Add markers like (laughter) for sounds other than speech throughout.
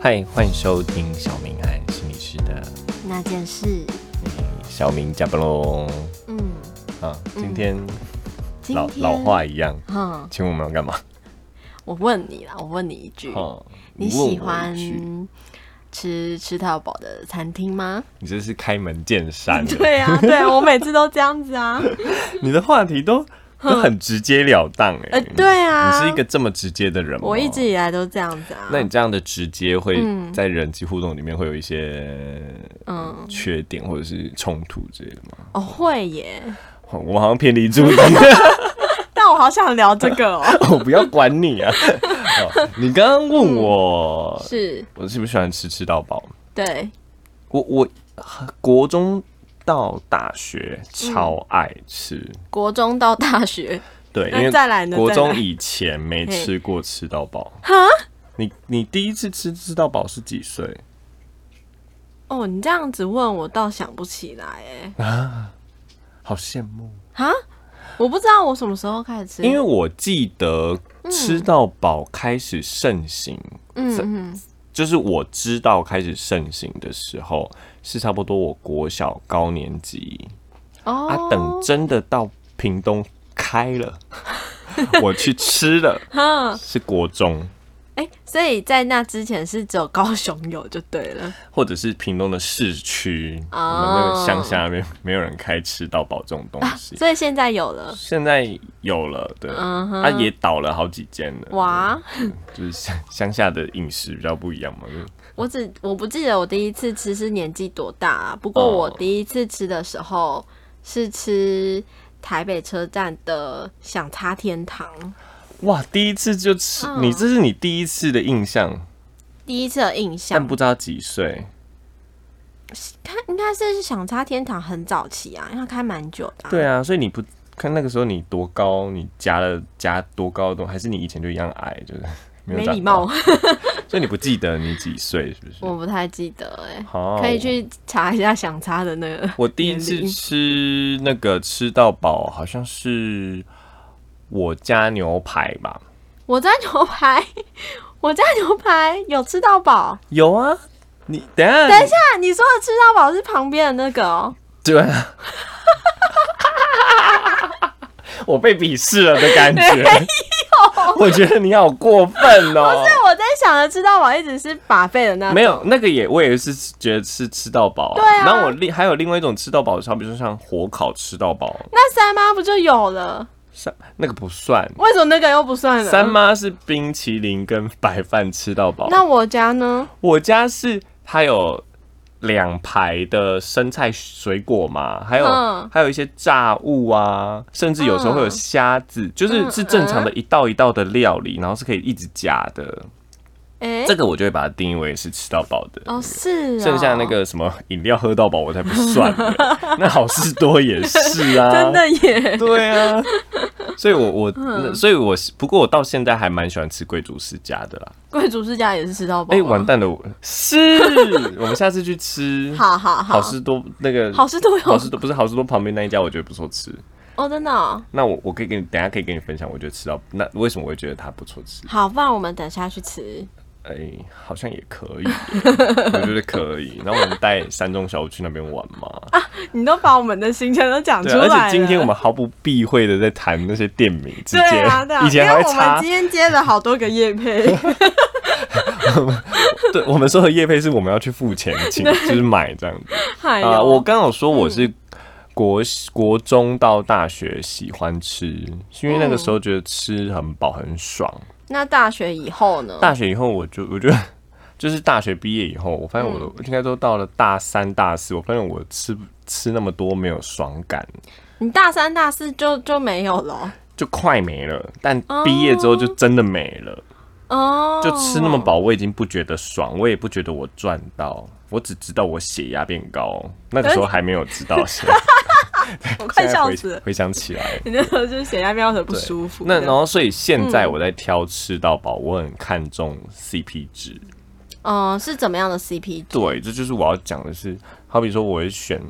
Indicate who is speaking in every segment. Speaker 1: 嗨，欢迎收听小明和心理师的
Speaker 2: 那件事，
Speaker 1: 小明加班喽。
Speaker 2: 嗯，
Speaker 1: 啊，今天
Speaker 2: 今
Speaker 1: 老
Speaker 2: 天
Speaker 1: 老话，一样，
Speaker 2: 哼，
Speaker 1: 请问我们要干嘛？
Speaker 2: 我问你啦，我问你一句，
Speaker 1: 哦，
Speaker 2: 你
Speaker 1: 问我
Speaker 2: 喜
Speaker 1: 一
Speaker 2: 欢
Speaker 1: 句
Speaker 2: 吃吃到饱的餐厅
Speaker 1: (laughs)
Speaker 2: 吗？
Speaker 1: 你这是开门见山的，
Speaker 2: (laughs) 对啊，对啊，我每次都这样子啊，
Speaker 1: 你的话题都都很直截了当哎、
Speaker 2: 嗯呃，对啊，
Speaker 1: 你是一个，这么直接的人吗？
Speaker 2: 我一直以来都这样子啊。
Speaker 1: 那你这样的直接会
Speaker 2: 嗯
Speaker 1: 在人际互动里面会有一些
Speaker 2: 嗯，
Speaker 1: 缺点或者是冲突之类的吗？
Speaker 2: 哦会耶，
Speaker 1: 哦我们好像偏离
Speaker 2: (laughs)
Speaker 1: 主题，
Speaker 2: 但我好想聊这个哦，
Speaker 1: (laughs) 我不要管你啊！哦你刚刚问
Speaker 2: 嗯
Speaker 1: 我，
Speaker 2: 是
Speaker 1: 我喜不喜欢吃吃到饱？
Speaker 2: 对，
Speaker 1: 我我国中到大学超爱吃，
Speaker 2: 国中到大学，
Speaker 1: 对，因
Speaker 2: 嗯那
Speaker 1: 为
Speaker 2: 再来呢
Speaker 1: 国
Speaker 2: 再
Speaker 1: 中
Speaker 2: 来
Speaker 1: 以前没
Speaker 2: 嘿
Speaker 1: 吃过吃到饱。你你第一次吃吃到饱是几岁？
Speaker 2: 哦，你这样子问我倒想不起来
Speaker 1: (laughs)
Speaker 2: 哎，
Speaker 1: 好羡慕，
Speaker 2: 啊，我不知道我什么时候开始吃，
Speaker 1: 因为我记得吃到饱开始盛行，
Speaker 2: 嗯嗯
Speaker 1: 就是我知道开始盛行的时候是差不多我国小高年级
Speaker 2: 哦，
Speaker 1: 啊，等真的到屏东开
Speaker 2: (laughs)
Speaker 1: 了，我去吃了，
Speaker 2: 哼
Speaker 1: 是国中。
Speaker 2: 哎、所以在那之前是只有高雄有就对了。
Speaker 1: 或者是屏东的市区，我
Speaker 2: 哦啊
Speaker 1: 们那个乡下那边没有人开吃到饱这种东西。
Speaker 2: 所以现在有了，
Speaker 1: 现在有了，对，
Speaker 2: 嗯哼
Speaker 1: 啊也倒了好几间了。
Speaker 2: 哇！
Speaker 1: 就是乡乡下的饮食比较不一样嘛。就是
Speaker 2: 我只我不记得我第一次吃是年纪多大啊，不过
Speaker 1: 哦
Speaker 2: 我第一次吃的时候是吃台北车站的想擦天堂，
Speaker 1: 哇，第一次就吃，
Speaker 2: 嗯
Speaker 1: 你这是你第一次的印象，
Speaker 2: 第一次的印象
Speaker 1: 但，不知道几
Speaker 2: 啊
Speaker 1: 岁。
Speaker 2: 它应该是想擦天堂很早期啊，因为它开蛮久的、
Speaker 1: 对
Speaker 2: 啊，
Speaker 1: 啊，所以你不看那个时候你多高，你夹了夹多高的东西，还是你以前就一样矮，就是 (laughs) 没有
Speaker 2: 没
Speaker 1: 长
Speaker 2: 礼
Speaker 1: 高
Speaker 2: 貌，，
Speaker 1: 所以你不记得你几岁是不是？
Speaker 2: 我不太记得哎、
Speaker 1: 好，
Speaker 2: 可以去查一下想擦的那个，
Speaker 1: 我第一
Speaker 2: 年
Speaker 1: 次
Speaker 2: 龄
Speaker 1: 吃那个吃到饱，好像是我家牛排吧？
Speaker 2: 我家牛排， (laughs) 我家牛排有吃到饱。
Speaker 1: 有啊，你等一下，
Speaker 2: 等一下，你说的吃到饱是旁边的那个哦。
Speaker 1: 对啊， (laughs) 我被鄙视了的感觉。我觉得你好过分哦！
Speaker 2: 但我在想的吃到饱一直是把费的那
Speaker 1: 没有那个也，我也是觉得是吃到饱、啊。
Speaker 2: 对啊
Speaker 1: 然后我另还有另外一种吃到饱，好比说像火烤吃到饱，
Speaker 2: 那三妈不就有了？
Speaker 1: 三那个不算。
Speaker 2: 为什么那个又不算呢？
Speaker 1: 三妈是冰淇淋跟白饭吃到饱。
Speaker 2: 那我家呢？
Speaker 1: 我家是它有两排的生菜水果嘛，还有、
Speaker 2: 嗯
Speaker 1: 还有一些炸物啊，甚至有时候会有虾子，就是
Speaker 2: 嗯
Speaker 1: 是正常的一道一道的料理，然后是可以一直加的。
Speaker 2: 哎、
Speaker 1: 这个我就会把它定义为是吃到饱的。
Speaker 2: 哦是哦
Speaker 1: 剩下那个什么饮料喝到饱，我才不算
Speaker 2: (laughs)
Speaker 1: 呢。那好事多也是啊，
Speaker 2: 真的嗯耶，
Speaker 1: 对啊。所以我，我所以我不过我到现在还蛮喜欢吃贵族世家的啦。
Speaker 2: 贵族世家也是吃到饱。
Speaker 1: 哎、完。蛋了，我是我们下次去吃。
Speaker 2: 好好好，
Speaker 1: 好事多那个
Speaker 2: 好事多有
Speaker 1: 好事多不是好事多旁边那一家，我觉得不错吃。
Speaker 2: 哦，真的、哦。
Speaker 1: 那我我可以给你等一下可以给你分享，我觉得吃到那为什么我会觉得它不错吃？
Speaker 2: 好，不然我们等下去吃。
Speaker 1: 哎、好像也可
Speaker 2: (laughs)
Speaker 1: 以，我觉得可以。然后我们带山中小五去那边玩嘛，
Speaker 2: 你都把我们的行程都啊讲出
Speaker 1: 对
Speaker 2: 来
Speaker 1: 啊，而
Speaker 2: 了。
Speaker 1: 且今天我们毫不避讳的在谈那些店名，直接、
Speaker 2: 对啊对啊，
Speaker 1: 以前
Speaker 2: 因
Speaker 1: 还
Speaker 2: 为
Speaker 1: 会
Speaker 2: 我
Speaker 1: 查
Speaker 2: 们今，天接了好多个夜配。
Speaker 1: (laughs) 对我们说的叶配是我们要去付
Speaker 2: (laughs)
Speaker 1: 钱请，就是买这样子。
Speaker 2: 哎呦嗯
Speaker 1: 啊、我刚好说我是国、国中到大学喜欢吃，是因为那
Speaker 2: 嗯
Speaker 1: 个时候觉得吃很饱很爽。
Speaker 2: 那大学以后呢？
Speaker 1: 大学以后我就我觉得。就是大学毕业以后，我发现我的、
Speaker 2: 嗯
Speaker 1: 应该都到了大三、大四，我发现我吃吃那么多没有爽感，
Speaker 2: 你大三、大四就就没有了
Speaker 1: 就快没了。但
Speaker 2: 哦
Speaker 1: 毕业之后就真的没了，
Speaker 2: 哦，
Speaker 1: 就吃那么饱，我已经不觉得爽，我也不觉得我赚到，我只知道我血压变高。那个时候还没有知道，现在
Speaker 2: 我快
Speaker 1: 现在
Speaker 2: 呃 (laughs) 笑
Speaker 1: 回
Speaker 2: 死了。
Speaker 1: 回想起来，
Speaker 2: 你那时候就是血压飙的不舒服。嗯
Speaker 1: 那然后，所以现在我在挑吃到饱，我很看重 CP 值。
Speaker 2: 哦嗯、是怎么样的 CP 值？
Speaker 1: 对，这就是我要讲的是，好比说，我会选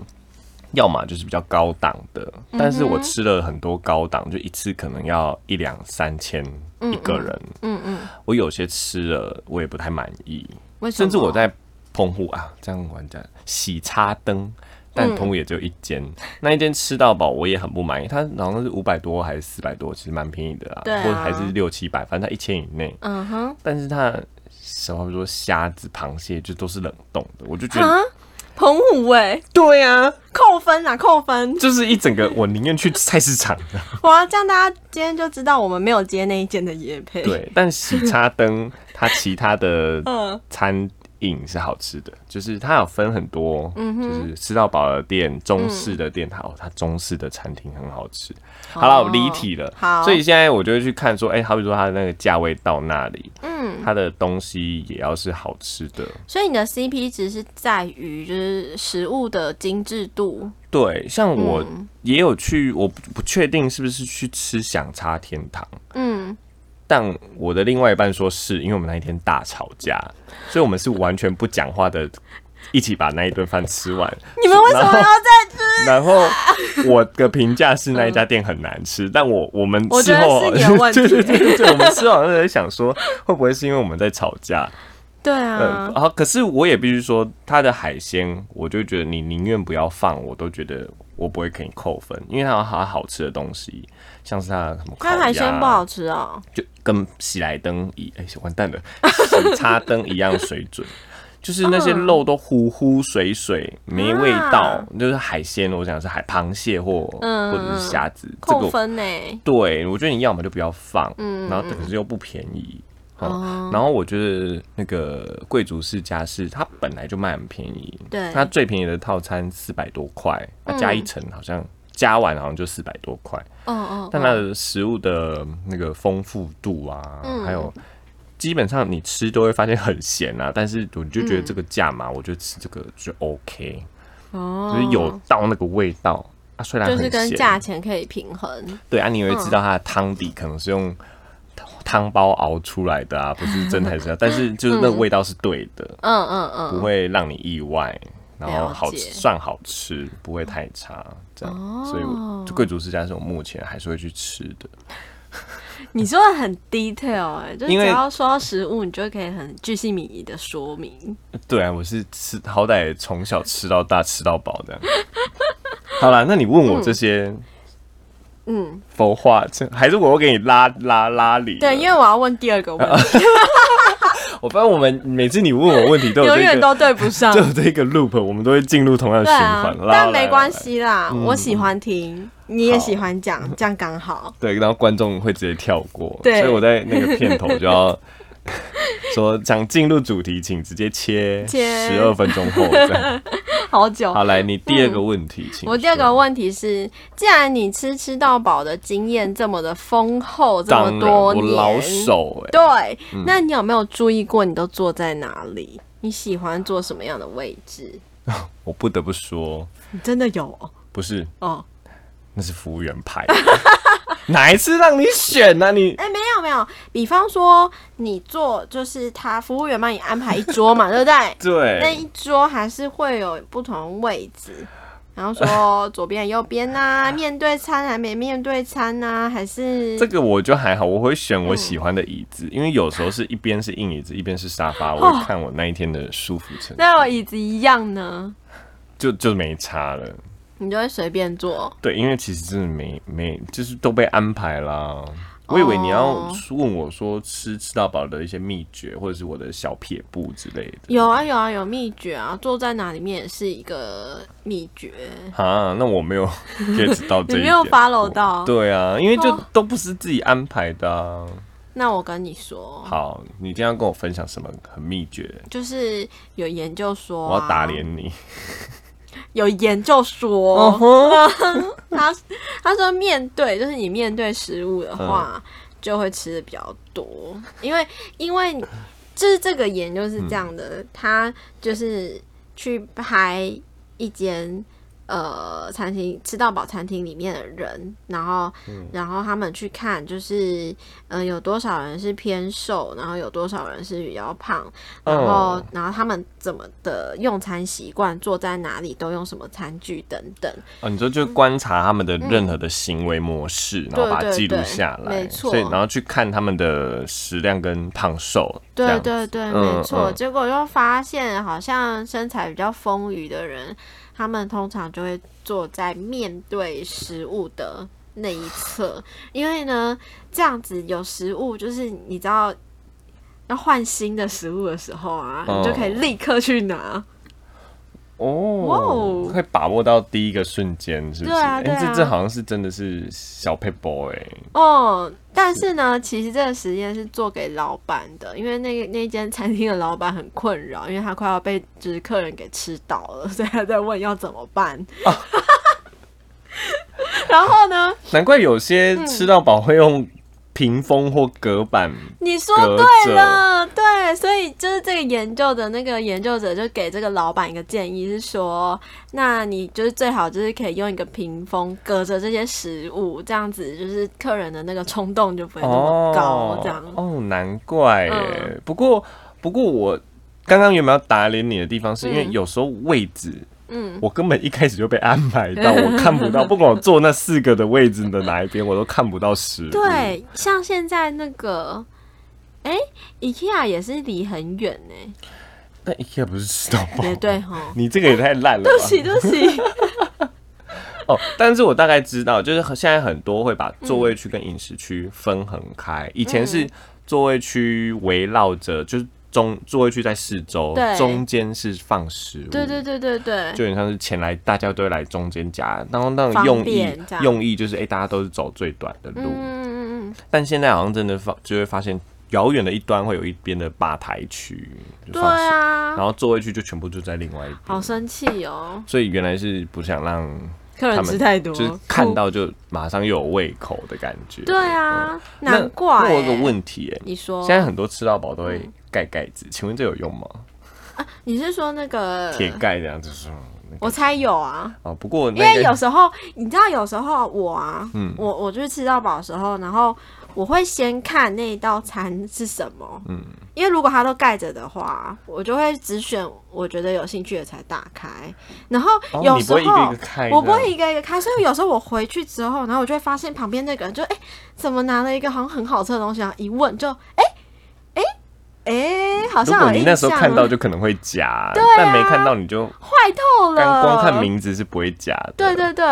Speaker 1: 要么就是比较高档的，
Speaker 2: 嗯
Speaker 1: 但是我吃了很多高档，就一次可能要一两三千一个人。
Speaker 2: 嗯嗯，
Speaker 1: 我有些吃了我也不太满意，
Speaker 2: 为什么？
Speaker 1: 甚至我在澎湖啊，这样玩讲喜叉灯，
Speaker 2: 嗯
Speaker 1: 但澎湖也只有一间，那一间吃到饱我也很不满意，它好像是五百多还是四百多，其实蛮便宜的啊，
Speaker 2: 对啊
Speaker 1: 或者还是六七百，反正它一千以内。
Speaker 2: 嗯哼
Speaker 1: 但是它什么，比如说虾子、螃蟹，就都是冷冻的，我就觉得
Speaker 2: 啊，澎湖哎、
Speaker 1: 对啊，
Speaker 2: 扣分啊，扣分！
Speaker 1: 就是一整个我宁愿去菜市场。
Speaker 2: 哇，这样大家今天就知道我们没有接那一件的夜配。， (laughs)
Speaker 1: 对，但喜茶灯它其他的
Speaker 2: 嗯
Speaker 1: 餐饮是好吃的，就是它有分很多，
Speaker 2: 嗯
Speaker 1: 就是吃到饱的店、中式的店，好，它中式的餐厅很好吃。好了，我离题了。
Speaker 2: 哦好
Speaker 1: 所以现在我就会去看说，哎、好比说它的那个价位到那里，
Speaker 2: 嗯，
Speaker 1: 它的东西也要是好吃的。
Speaker 2: 所以你的 CP 值是在于就是食物的精致度。
Speaker 1: 对，像我
Speaker 2: 嗯
Speaker 1: 也有去，我不不确定是不是去吃想差天堂。
Speaker 2: 嗯，
Speaker 1: 但我的另外一半说是因为我们那一天大吵架，所以我们是完全不讲话的，一起把那一顿饭吃完。
Speaker 2: 你们为什么要在？
Speaker 1: 然后我的评价是那一家店很难吃，但我我们
Speaker 2: 我觉
Speaker 1: 事
Speaker 2: 得
Speaker 1: 后
Speaker 2: 是你的问
Speaker 1: (laughs) 对
Speaker 2: 题
Speaker 1: 对对对对，我们事后好像在想说会不会是因为我们在吵架？
Speaker 2: (laughs) 对
Speaker 1: 嗯，
Speaker 2: 啊
Speaker 1: 然，后可是我也必须说，它的海鲜，我就觉得你宁愿不要放，我都觉得我不会给你扣分，因为它有它好吃的东西，像是它的什么烤
Speaker 2: 那海鲜
Speaker 1: 鸭
Speaker 2: 不好吃哦。
Speaker 1: 就跟喜来登一哎、完蛋了，喜茶登一样水准，就是那
Speaker 2: 嗯
Speaker 1: 些肉都糊糊水水，没味道，就是海鲜，我想是海螃蟹或、
Speaker 2: 啊嗯
Speaker 1: 或者是虾子，这个
Speaker 2: 扣
Speaker 1: 我
Speaker 2: 分欸呢、
Speaker 1: 对我觉得你要么就不要放，
Speaker 2: 嗯
Speaker 1: 然后可是又不便宜。哦，然后我觉得那个贵族世家是它本来就卖很便宜，
Speaker 2: 对嗯
Speaker 1: 它最便宜的套餐四百多块，它加一层好像、加完好像就四百多块，
Speaker 2: 哦哦，
Speaker 1: 但它的食物的那个丰富度啊，
Speaker 2: 嗯
Speaker 1: 还有基本上你吃都会发现很咸啊，但是我就觉
Speaker 2: 嗯
Speaker 1: 得这个价嘛，我就吃这个就 OK，、
Speaker 2: 哦
Speaker 1: 就是有到那个味道啊，虽然
Speaker 2: 就是
Speaker 1: 很
Speaker 2: 跟
Speaker 1: 咸，
Speaker 2: 价钱可以平衡。
Speaker 1: 对啊，你也
Speaker 2: 嗯
Speaker 1: 会知道它的汤底可能是用汤包熬出来的啊，不是真材实
Speaker 2: (laughs)
Speaker 1: 料，但是就是那个味道是对的，
Speaker 2: 嗯嗯
Speaker 1: 不会让你意外。然后好
Speaker 2: 了
Speaker 1: 吃
Speaker 2: 解
Speaker 1: 算好吃，不会太差，这样，所以
Speaker 2: 哦
Speaker 1: 我就贵族世家是我目前还是会去吃的。
Speaker 2: 嗯，你说的很 detail 哎、就是
Speaker 1: 因为
Speaker 2: 只要说到食物，你就可以很具细靡遗的说明。
Speaker 1: 对啊，我是吃，好歹也从小吃到大，吃到饱的。好啦，那你问我这些
Speaker 2: 嗯，
Speaker 1: 佛话，这还是我给你拉拉拉里了？
Speaker 2: 对，因为我要问第二个
Speaker 1: 啊
Speaker 2: 问题，
Speaker 1: 我发现我们每次你问我问题都有
Speaker 2: 永
Speaker 1: 这
Speaker 2: 远
Speaker 1: 个，
Speaker 2: 都对不上
Speaker 1: 都。有这个 loop，我们都会进入同样的
Speaker 2: 嗯对
Speaker 1: 循
Speaker 2: 啊
Speaker 1: 环。，拉
Speaker 2: 但没关。
Speaker 1: 拉拉
Speaker 2: 系啦，
Speaker 1: 嗯
Speaker 2: 我喜欢听，你也喜欢讲，这样刚好。
Speaker 1: 对，然后观众会直接跳过，所
Speaker 2: 对
Speaker 1: 以我在那个片头就要 (laughs) 说，想进入主题，请直接切
Speaker 2: 切
Speaker 1: 十二分钟后。这样
Speaker 2: (laughs) 好久
Speaker 1: 好，，来你第二个问题，请
Speaker 2: 我第二
Speaker 1: 说
Speaker 2: 个问题是，既然你吃吃到饱的经验这么的丰厚，这么
Speaker 1: 当然
Speaker 2: 多
Speaker 1: 我
Speaker 2: 年，
Speaker 1: 老手哎、
Speaker 2: 对，那你有没有注意过你都坐在哪里？你喜欢坐什么样的位置？
Speaker 1: 我不得不说，
Speaker 2: 你真的有哦
Speaker 1: 不是，
Speaker 2: 哦？
Speaker 1: 那是服务员排
Speaker 2: (laughs)
Speaker 1: 的。哪一次让你选呢、啊？你
Speaker 2: 哎、没有没有，比方说你坐，就是他服务员帮你安排一
Speaker 1: (laughs)
Speaker 2: 桌嘛，对不对？那
Speaker 1: 对
Speaker 2: 一桌还是会有不同位置，然后说左边、右边呐、
Speaker 1: (laughs)
Speaker 2: 面对餐还没面对餐呐、还是
Speaker 1: 这个我就还好，我会选
Speaker 2: 嗯
Speaker 1: 我喜欢的椅子，因为有时候是一边是硬椅子，一边是沙发，我会看我那一天的舒服程度，
Speaker 2: 哦那我椅子一样呢？
Speaker 1: 就就没差了。
Speaker 2: 你就会随便坐。
Speaker 1: 对，因为其实真的没没，就是都被安排啦。我以为你要
Speaker 2: 哦
Speaker 1: 问我说吃吃到饱的一些秘诀，或者是我的小撇步之类的。
Speaker 2: 有啊有啊有秘诀啊，坐在哪里面也是一个秘诀。
Speaker 1: 啊，那我没
Speaker 2: (laughs)
Speaker 1: 有 get 到这一点，
Speaker 2: 你没有 follow 到
Speaker 1: 对啊，因为就
Speaker 2: 哦
Speaker 1: 都不是自己安排的、啊。
Speaker 2: 那我跟你说，
Speaker 1: 好，你今天要跟我分享什么很秘诀？
Speaker 2: 就是有研究说、啊
Speaker 1: 我要打。脸你。
Speaker 2: 有研究说， (laughs) 他他说面对就是你面对食物的话，就会吃的比较多，因为因为就是这个研究是这样的，他就是去拍一间。呃餐厅吃到饱餐厅里面的人，然后、然后他们去看，就是呃有多少人是偏瘦，然后有多少人是比较胖，然后、
Speaker 1: 哦
Speaker 2: 然后他们怎么的用餐习惯，坐在哪里都用什么餐具等等。
Speaker 1: 哦，你说就观察他们的任何的行为模式，然后把它记录下
Speaker 2: 嗯对对
Speaker 1: 来，
Speaker 2: 对没错
Speaker 1: 所以然后去看他们的食量跟胖瘦，这
Speaker 2: 对
Speaker 1: 样
Speaker 2: 对对，
Speaker 1: 嗯
Speaker 2: 没错。
Speaker 1: 嗯
Speaker 2: 结果就发现，好像身材比较丰腴的人，他们通常就会坐在面对食物的那一侧，因为呢，这样子有食物，就是你知道要换新的食物的时候啊，
Speaker 1: 哦
Speaker 2: 你就可以立刻去拿。哇
Speaker 1: 哦
Speaker 2: 哦，
Speaker 1: 会把握到第一个瞬间，是不是？
Speaker 2: 对啊
Speaker 1: 哎
Speaker 2: 对啊
Speaker 1: 这这好像是真的是小 paper 哎、
Speaker 2: 哦，但是呢，其实这个实验是做给老板的，因为那个那间餐厅的老板很困扰，因为他快要被就是客人给吃倒了，所以他在问要怎么办。 (laughs) 然后呢，
Speaker 1: 难怪有些吃到饱会用屏风或隔板，
Speaker 2: 你说
Speaker 1: 隔
Speaker 2: 对
Speaker 1: 着
Speaker 2: 了，对，所以就是这个研究的那个研究者就给这个老板一个建议，是说，那你就是最好就是可以用一个屏风隔着这些食物，这样子就是客人的那个冲动就不会那么高，这样。
Speaker 1: 哦，难怪耶。
Speaker 2: 嗯
Speaker 1: 不过不过我刚刚原本要打脸你的地方，是因为
Speaker 2: 嗯
Speaker 1: 有时候位置。
Speaker 2: 嗯
Speaker 1: 我根本一开始就被安排到，我看不到，不管我坐那四个的位置的哪一边，我都看不到食物。，
Speaker 2: 对，像现在那个，哎、i k e a 也是离很远呢、
Speaker 1: 但 IKEA 不是吃到饱，。
Speaker 2: 也对哈
Speaker 1: (laughs) 你这个也太烂哦了吧！
Speaker 2: (laughs) 对不起，对不起。
Speaker 1: (laughs) 哦，但是我大概知道，就是很现在很多会把座位区跟饮食区分很开。以前
Speaker 2: 嗯
Speaker 1: 是座位区围绕着，就是中座位区在四周
Speaker 2: 对，
Speaker 1: 中间是放食物，
Speaker 2: 对对对对对
Speaker 1: 就很像是前来大家都会来中间夹，然后那种
Speaker 2: 方
Speaker 1: 用意
Speaker 2: 便这样
Speaker 1: 用意就是，哎、大家都是走最短的
Speaker 2: 嗯
Speaker 1: 路。
Speaker 2: 嗯嗯嗯，
Speaker 1: 但现在好像真的放，就会发现遥远的一端会有一边的吧台区，就
Speaker 2: 对
Speaker 1: 放食物，
Speaker 2: 啊
Speaker 1: 然，后座位区就全部就在另外一边。
Speaker 2: 好生气哦，
Speaker 1: 所以原来是不想让
Speaker 2: 客
Speaker 1: 他
Speaker 2: 人
Speaker 1: 们
Speaker 2: 吃太多，
Speaker 1: 就是看到就马上又有胃口的感觉。
Speaker 2: 对啊，
Speaker 1: 那，
Speaker 2: 难怪、哦
Speaker 1: 那我有个，问题、欸，
Speaker 2: 你说，
Speaker 1: 现在很多吃到饱都会盖盖子，请问这有用吗？
Speaker 2: 你是说那个
Speaker 1: 铁盖这样子是吗
Speaker 2: 我猜有啊，
Speaker 1: 哦，不过
Speaker 2: 因
Speaker 1: 那
Speaker 2: 为
Speaker 1: 个
Speaker 2: 有时候你知道，有时候我啊，
Speaker 1: 嗯
Speaker 2: 我我就是吃到饱的时候，然后我会先看那一道餐是什么，
Speaker 1: 嗯
Speaker 2: 因为如果它都盖着的话，我就会只选我觉得有兴趣的才打开。然后
Speaker 1: 哦
Speaker 2: 有
Speaker 1: 你
Speaker 2: 时
Speaker 1: 不
Speaker 2: 候、
Speaker 1: 会一个一个开的
Speaker 2: 我不会一个一个开，所以有时候我回去之后，然后我就会发现旁边那个人就哎、怎么拿了一个好像很好吃的东西啊？一问就哎哎哎，好
Speaker 1: 如
Speaker 2: 像
Speaker 1: 果
Speaker 2: 有
Speaker 1: 你
Speaker 2: 印
Speaker 1: 那时候
Speaker 2: 象
Speaker 1: 看到
Speaker 2: 啊
Speaker 1: 就可能会夹，但没看到你就
Speaker 2: 坏透了，
Speaker 1: 刚光看名字是不会夹的。
Speaker 2: 对对对。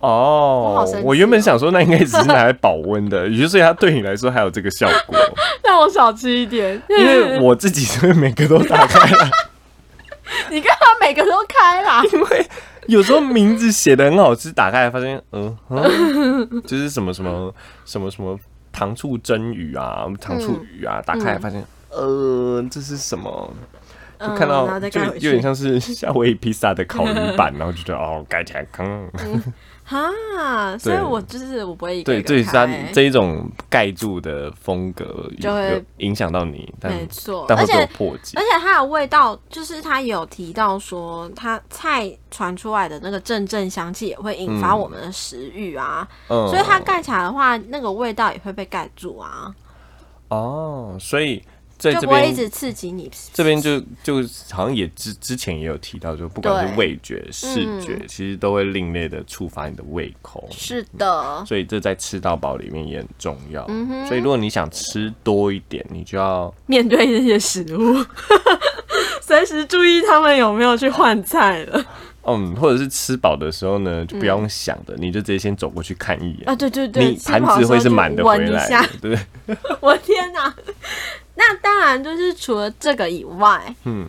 Speaker 2: 我
Speaker 1: 哦
Speaker 2: 好生，气
Speaker 1: 我原本
Speaker 2: 哦
Speaker 1: 想说那应该只是拿来保温的，也就是所以它对你来说还有这个效果，
Speaker 2: (laughs) (laughs) 让我少吃一点，
Speaker 1: 因为我自己是每个都打开
Speaker 2: (laughs)
Speaker 1: 了，
Speaker 2: 你干嘛每个都
Speaker 1: (laughs)
Speaker 2: 开啦？
Speaker 1: 因为有时候名字写的很好吃，打开来发现，嗯，哼，
Speaker 2: (laughs)
Speaker 1: 就是什么什么什么什么糖醋蒸鱼啊，糖醋鱼
Speaker 2: 嗯
Speaker 1: 啊，打开来发现，呃，这是什么？就看
Speaker 2: 嗯、然
Speaker 1: 到
Speaker 2: 后再
Speaker 1: 就
Speaker 2: 盖
Speaker 1: 有
Speaker 2: 回去
Speaker 1: 点像是夏威夷披萨的烤鱼板，然后就觉得哦，盖起来，嗯，
Speaker 2: 哈，所以
Speaker 1: 对
Speaker 2: 我就是我不会一个
Speaker 1: 对，
Speaker 2: 一
Speaker 1: 对，
Speaker 2: 个
Speaker 1: 它
Speaker 2: 开，
Speaker 1: 这一种盖住的风格
Speaker 2: 就会
Speaker 1: 有影响到你，但
Speaker 2: 没错，
Speaker 1: 但
Speaker 2: 而
Speaker 1: 会被我
Speaker 2: 且。
Speaker 1: 破解
Speaker 2: 而。且它的味道，就是它有提到说，它菜传出来的那个阵阵香气也会引发
Speaker 1: 嗯
Speaker 2: 我们的食欲啊，
Speaker 1: 嗯
Speaker 2: 所以它盖起来的话，那个味道也会被盖住啊，
Speaker 1: 哦，所以在
Speaker 2: 就
Speaker 1: 这
Speaker 2: 不会一
Speaker 1: 边
Speaker 2: 直刺激你。
Speaker 1: 这边就就好像也之之前也有提到，就不管
Speaker 2: 对
Speaker 1: 是味觉、视觉，
Speaker 2: 嗯
Speaker 1: 其实都会另类的触发你的胃口，
Speaker 2: 是的，
Speaker 1: 所以这在吃到饱里面也很重要。
Speaker 2: 嗯哼
Speaker 1: 所以如果你想吃多一点，你就要
Speaker 2: 面对这些食物， (laughs) 随时注意他们有没有去换菜了
Speaker 1: 嗯，或者是吃饱的时候呢，就不用想的，你就直接先走过去看一眼。
Speaker 2: 嗯啊！对对对，
Speaker 1: 你盘子会是满的回
Speaker 2: 闻一
Speaker 1: 来
Speaker 2: 下
Speaker 1: 的，对不对？
Speaker 2: (laughs) 我天哪！那当然就是除了这个以外，
Speaker 1: 嗯，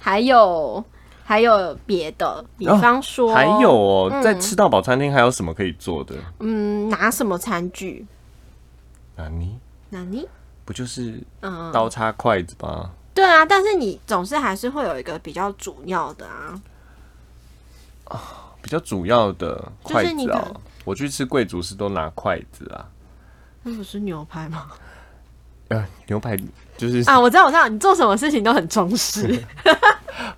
Speaker 2: 还有还有别的，比方说，
Speaker 1: 还有哦，
Speaker 2: 嗯
Speaker 1: 在吃到饱餐厅还有什么可以做的？
Speaker 2: 嗯，拿什么餐具？
Speaker 1: 啊，你
Speaker 2: 那你
Speaker 1: 不就是
Speaker 2: 嗯，
Speaker 1: 刀叉筷子吗？
Speaker 2: 对啊，但是你总是还是会有一个比较主要的啊，
Speaker 1: 比较主要的筷
Speaker 2: 就是你
Speaker 1: 子啊、
Speaker 2: 的
Speaker 1: 我去吃贵族是都拿筷子啊，
Speaker 2: 那不是牛排吗？
Speaker 1: 呃，牛排就是
Speaker 2: 啊
Speaker 1: (laughs)
Speaker 2: 啊，我知道，我知道，你做什么事情都很忠实，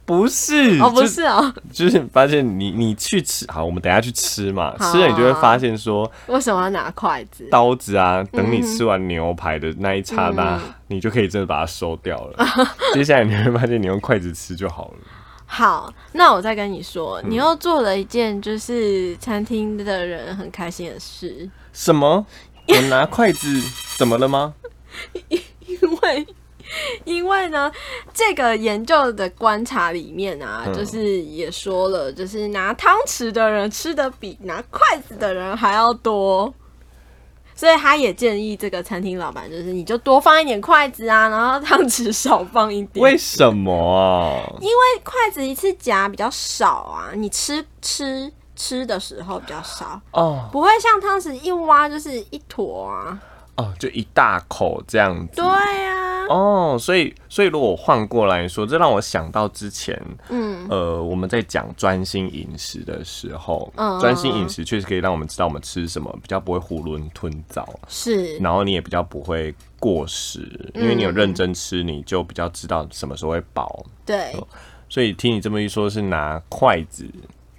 Speaker 1: 不是，
Speaker 2: 哦，不
Speaker 1: 就是
Speaker 2: 哦，
Speaker 1: 就是发现你你去吃，好，我们等一下去吃嘛，
Speaker 2: 好啊
Speaker 1: 吃了你就会发现说
Speaker 2: 为什么要拿筷子？
Speaker 1: 刀子啊，等你吃完牛排的那一刹那，
Speaker 2: 嗯
Speaker 1: 你就可以真的把它收掉
Speaker 2: (laughs)
Speaker 1: 了。接下来你会发现你用筷子吃就好了。
Speaker 2: 好，那我再跟你说，
Speaker 1: 嗯
Speaker 2: 你又做了一件就是餐厅的人很开心的事，
Speaker 1: 什
Speaker 2: (laughs)
Speaker 1: 么？我拿筷子怎么了吗？
Speaker 2: (laughs) 因为因为呢，这个研究的观察里面啊，
Speaker 1: 嗯
Speaker 2: 就是也说了，就是拿汤匙的人吃的比拿筷子的人还要多。所以他也建议这个餐厅老板，就是你就多放一点筷子啊，然后汤匙少放一点。
Speaker 1: 为什么啊？
Speaker 2: 因为筷子一次夹比较少啊，你吃吃吃的时候比较少，
Speaker 1: 哦
Speaker 2: 不会像汤匙一挖就是一坨啊。
Speaker 1: 哦，就一大口这样子
Speaker 2: 对。啊，
Speaker 1: 哦，所以所以如果我换过来说，这让我想到之前，
Speaker 2: 嗯
Speaker 1: 呃，我们在讲专心饮食的时候
Speaker 2: 嗯，
Speaker 1: 专心饮食确实可以让我们知道我们吃什么，比较不会囫囵吞枣，
Speaker 2: 是，
Speaker 1: 然后你也比较不会过食，因为你有认真吃，你就比较知道什么时候会饱。
Speaker 2: 对，
Speaker 1: 哦所以听你这么一说，是拿筷子。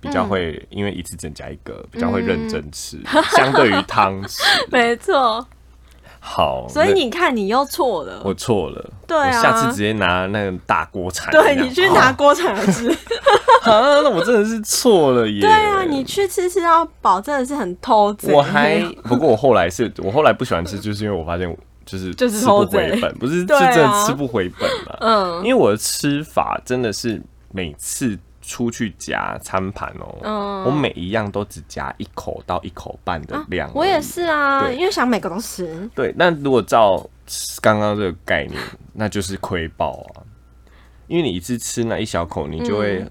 Speaker 1: 比
Speaker 2: 嗯
Speaker 1: 较会，因为一次只能夹一个，比较会认真吃，相对于汤匙。
Speaker 2: 没错。
Speaker 1: 好，
Speaker 2: 所以
Speaker 1: 那
Speaker 2: 你看，你又错了。
Speaker 1: 我错了，
Speaker 2: 对啊
Speaker 1: 我下次直接拿那个大锅铲这
Speaker 2: 对
Speaker 1: 样。
Speaker 2: 你去拿
Speaker 1: 哦
Speaker 2: 锅铲来
Speaker 1: (laughs)
Speaker 2: 吃，
Speaker 1: 啊，那我真的是错了耶。对
Speaker 2: 对啊，你去吃吃到饱真的是很偷贼。
Speaker 1: 我还不过我后来是我后来不喜欢吃，就是因为我发现我就是
Speaker 2: 就是
Speaker 1: 吃不
Speaker 2: 偷
Speaker 1: 回
Speaker 2: 嘴
Speaker 1: 本，不是
Speaker 2: 对
Speaker 1: 就
Speaker 2: 啊
Speaker 1: 真的吃不回本嘛。
Speaker 2: 嗯
Speaker 1: 因为我的吃法真的是每次出去夹餐盘哦，
Speaker 2: 嗯
Speaker 1: 我每一样都只夹一口到一口半的量、
Speaker 2: 我也。是啊，
Speaker 1: 对
Speaker 2: 因为想每个都吃，
Speaker 1: 对，那如果照刚刚这个概念，那就是亏爆啊，因为你一次吃那一小口，你就
Speaker 2: 嗯
Speaker 1: 会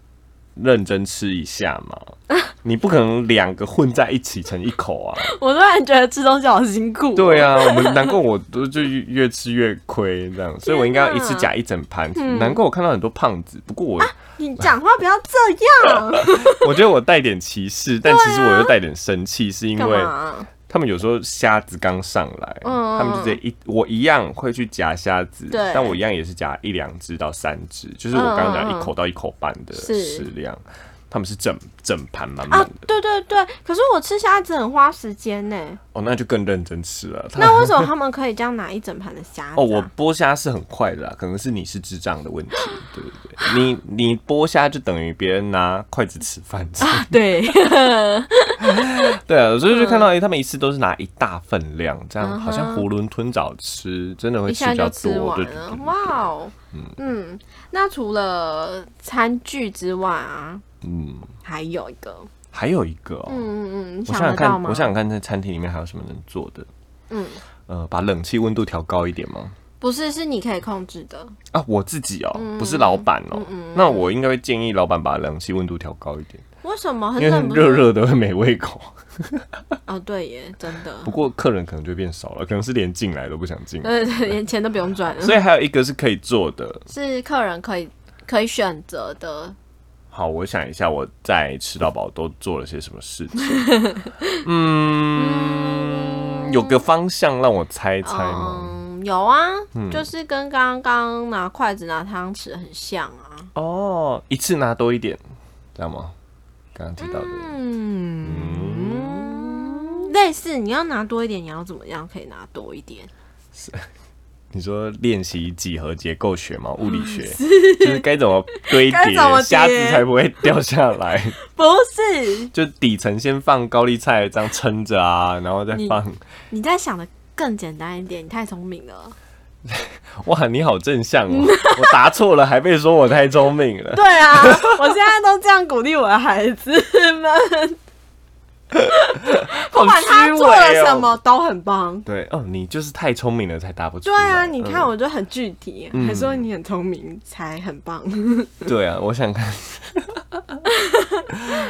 Speaker 1: 认真吃一下嘛，
Speaker 2: 啊
Speaker 1: 你不可能两个混在一起成一口
Speaker 2: (laughs)
Speaker 1: 啊。
Speaker 2: 我突然觉得吃东西好辛苦哦。
Speaker 1: 对啊，我们难怪我都就越越吃越亏这样，所以我应该要一次夹一整盘。
Speaker 2: 嗯
Speaker 1: 难怪我看到很多胖子，不过我、
Speaker 2: 你讲话不要这样，
Speaker 1: 我觉得我带点歧视，但其实我又带点生气，是 (laughs) 因
Speaker 2: 啊干
Speaker 1: 为嗯
Speaker 2: 嘛？
Speaker 1: 他们有时候虾子刚上来，
Speaker 2: 嗯
Speaker 1: 他们就直接一我一样会去夹虾子，
Speaker 2: 对
Speaker 1: 但我一样也是夹一两只到三只，就是我刚刚讲
Speaker 2: 嗯嗯嗯
Speaker 1: 一口到一口半的
Speaker 2: 是
Speaker 1: 食量，他们是整整盘满满
Speaker 2: 嗯啊
Speaker 1: 的，，
Speaker 2: 对对对，可是我吃虾子很花时间呢。
Speaker 1: 哦，那就更认真吃了。他
Speaker 2: 那为什么他们可以这样拿一整盘的虾子啊、
Speaker 1: 哦，我剥虾是很快的啦，可能是你是智障的
Speaker 2: (laughs)
Speaker 1: 问题，对不对？你你剥虾就等于别人拿筷子吃饭吃，
Speaker 2: 啊对，
Speaker 1: (laughs) 对啊，所以
Speaker 2: 嗯
Speaker 1: 就看到哎、诶他们一次都是拿一大份量，这样好像囫囵吞枣吃，真的会
Speaker 2: (laughs) 一
Speaker 1: 吃
Speaker 2: 下
Speaker 1: 比较
Speaker 2: 就吃
Speaker 1: 多，
Speaker 2: 完
Speaker 1: 对对
Speaker 2: 了
Speaker 1: 对，
Speaker 2: 哇哦，嗯，那除了餐具之外啊，
Speaker 1: 嗯，
Speaker 2: 还有一个，
Speaker 1: 还有一个哦，
Speaker 2: 嗯嗯嗯，你
Speaker 1: 我想想
Speaker 2: 得到
Speaker 1: 看，我
Speaker 2: 吗？
Speaker 1: 想想看，在餐厅里面还有什么能做的？
Speaker 2: 嗯，
Speaker 1: 呃，把冷气温度调高一点吗？
Speaker 2: 不是，是你可以控制的，
Speaker 1: 啊，我自己哦，
Speaker 2: 嗯
Speaker 1: 不是老板哦，那我应该会建议老板把冷气温度调高一点，
Speaker 2: 为什么很
Speaker 1: 因为
Speaker 2: 冷不是？
Speaker 1: 热热的会没胃口。
Speaker 2: 哦，对耶，真的 (laughs)
Speaker 1: 不，过客人可能就变少了，可能是连进来都不想进来。
Speaker 2: 对对对，连钱都不用赚
Speaker 1: (laughs)
Speaker 2: 了，
Speaker 1: 所以还有一个是可以做的。
Speaker 2: 是客人可以可以选择的，
Speaker 1: 好，我想一下，我在吃到饱都做了些什么事
Speaker 2: (laughs)
Speaker 1: 情。嗯，有个方向让我猜猜吗？
Speaker 2: 嗯，有啊，就是跟刚刚拿筷子拿汤匙很像啊，
Speaker 1: 哦，一次拿多一点，知道吗？刚刚提到的，
Speaker 2: 嗯，类似你要拿多一点，你要怎么样可以拿多一点？
Speaker 1: 你说练习几何结构学吗？物理
Speaker 2: (laughs)
Speaker 1: 学就是该怎么堆
Speaker 2: 该
Speaker 1: 叠
Speaker 2: 怎么叠
Speaker 1: 虾子才不会掉下来。 (laughs)
Speaker 2: 不是，
Speaker 1: 就底层先放高丽菜，这样撑着啊，然后再
Speaker 2: 你
Speaker 1: 放。
Speaker 2: 你在想的更简单一点，你太聪明了。
Speaker 1: (laughs) 哇，你好正向哦！我答错了，还被说我太聪明
Speaker 2: (laughs)
Speaker 1: 了。
Speaker 2: 对啊，我现在都这样鼓励我的孩
Speaker 1: (laughs)
Speaker 2: 子们，
Speaker 1: 好
Speaker 2: 不管他
Speaker 1: 虚伪
Speaker 2: 做了
Speaker 1: 哦
Speaker 2: 什么都很棒。
Speaker 1: 对哦，你就是太聪明了才答不出
Speaker 2: 对
Speaker 1: 来。
Speaker 2: 啊，你看
Speaker 1: 嗯、
Speaker 2: 我就很具体，
Speaker 1: 嗯
Speaker 2: 还说你很聪明才很棒。
Speaker 1: (laughs) 对啊，我想看。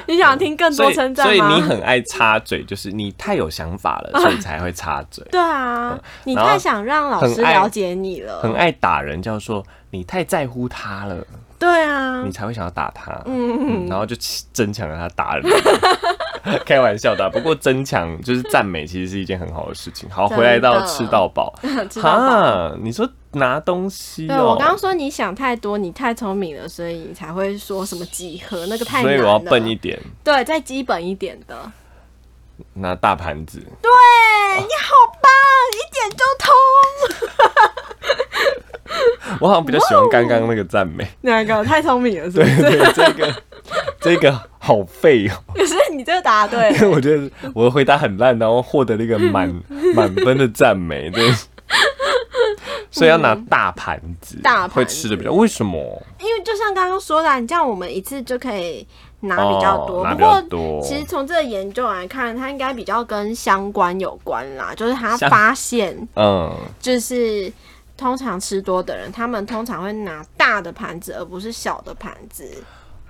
Speaker 2: 你想听更
Speaker 1: 所
Speaker 2: 多
Speaker 1: 以，
Speaker 2: 称
Speaker 1: 嗯所
Speaker 2: 赞
Speaker 1: 以
Speaker 2: 吗？
Speaker 1: 你很爱插嘴，就是你太有想法
Speaker 2: (laughs)
Speaker 1: 了，所以才会插嘴。
Speaker 2: 对啊，你
Speaker 1: 然后
Speaker 2: 太想让老师
Speaker 1: 很爱
Speaker 2: 了解你了
Speaker 1: 嗯很。爱打人，叫做你太在乎他了，
Speaker 2: 对啊
Speaker 1: 你，才会想要打他。嗯，
Speaker 2: 嗯
Speaker 1: 然后就起增强了他打人。 (laughs) 开玩笑的啊、不过增强就是赞美，其实是一件很好的事情。好，
Speaker 2: 真
Speaker 1: 回来到
Speaker 2: 的
Speaker 1: 吃到
Speaker 2: (laughs)
Speaker 1: 饱，
Speaker 2: 知道吧？
Speaker 1: 哈，你说拿东西、
Speaker 2: 对
Speaker 1: 哦，
Speaker 2: 我刚刚说你想太多，你太聪明了，所以你才会说什么几何那个太
Speaker 1: 所
Speaker 2: 难
Speaker 1: 以
Speaker 2: 了。
Speaker 1: 我要笨一点，
Speaker 2: 对，再基本一点的。
Speaker 1: 拿大盘子。
Speaker 2: 对，
Speaker 1: 哦
Speaker 2: 你好棒，一点就通。
Speaker 1: 我好像比较喜欢刚刚那个赞美， (laughs)
Speaker 2: 那个太聪明了，是不
Speaker 1: 对
Speaker 2: 是？
Speaker 1: 对，
Speaker 2: (laughs)
Speaker 1: 这个这个好废哦。
Speaker 2: 可是你这个答对
Speaker 1: (laughs)
Speaker 2: 了，
Speaker 1: 我觉得我的回答很烂，然后获得了一个满
Speaker 2: (laughs)
Speaker 1: 满分的赞美，对。所以要拿大盘子，
Speaker 2: 嗯大盘子
Speaker 1: 会吃的比较。为什么？
Speaker 2: 因为就像刚刚说的啊，你这样我们一次就可以拿比较多。
Speaker 1: 哦拿
Speaker 2: 不
Speaker 1: 比较
Speaker 2: 过
Speaker 1: 多
Speaker 2: 其实从这个研究来看，它应该比较跟相关有关啦，就是他
Speaker 1: 相
Speaker 2: 发现，
Speaker 1: 嗯，
Speaker 2: 就是通常吃多的人，他们通常会拿大的盘子，而不是小的盘子。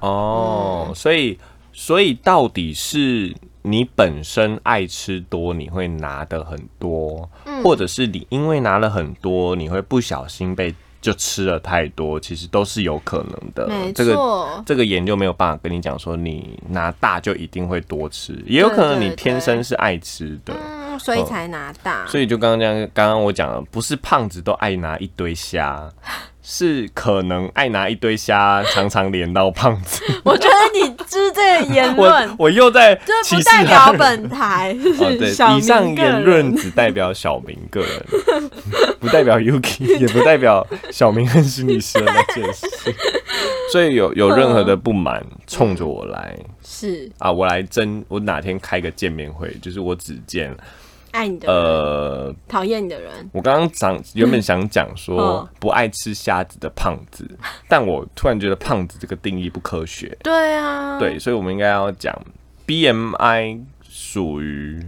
Speaker 1: 哦，所以所以到底是你本身爱吃多，你会拿的很多，
Speaker 2: 嗯
Speaker 1: 或者是你因为拿了很多，你会不小心被就吃了太多，其实都是有可能的。
Speaker 2: 没
Speaker 1: 呃这个
Speaker 2: 错，嗯
Speaker 1: 这个研究没有办法跟你讲说你拿大就一定会多吃，也有可能
Speaker 2: 对
Speaker 1: 你
Speaker 2: 对
Speaker 1: 天生是爱吃的。
Speaker 2: 嗯，所以才拿大。
Speaker 1: 所以就刚刚这样，刚刚我讲了，不是胖子都爱拿一堆
Speaker 2: (laughs)
Speaker 1: 虾，是可能爱拿一堆虾，常常连到胖子。
Speaker 2: (laughs) 我觉得你就是这个言
Speaker 1: (laughs) 我
Speaker 2: 论，
Speaker 1: 我又在
Speaker 2: 这
Speaker 1: 歧
Speaker 2: 不
Speaker 1: 视
Speaker 2: 代
Speaker 1: 他
Speaker 2: 表
Speaker 1: 人。
Speaker 2: 本台。
Speaker 1: (laughs) 哦，对，
Speaker 2: (laughs) 小明
Speaker 1: 以上
Speaker 2: 个人
Speaker 1: 言论只代表小明个人， (laughs) 不代表 Yuki，也不代表小明和心理师的那件事。所以有有任何的不满，冲着我来
Speaker 2: 是
Speaker 1: 啊！我来争，我哪天开个见面会，就是我只见
Speaker 2: 爱你的人，
Speaker 1: 呃
Speaker 2: 讨厌、你的人，
Speaker 1: 我刚刚讲原本想讲说
Speaker 2: 嗯
Speaker 1: 不爱吃虾子的胖子，但我突然觉得胖子这个定义不科学，
Speaker 2: 对啊，
Speaker 1: 对，，所以我们应该要讲 BMI 属于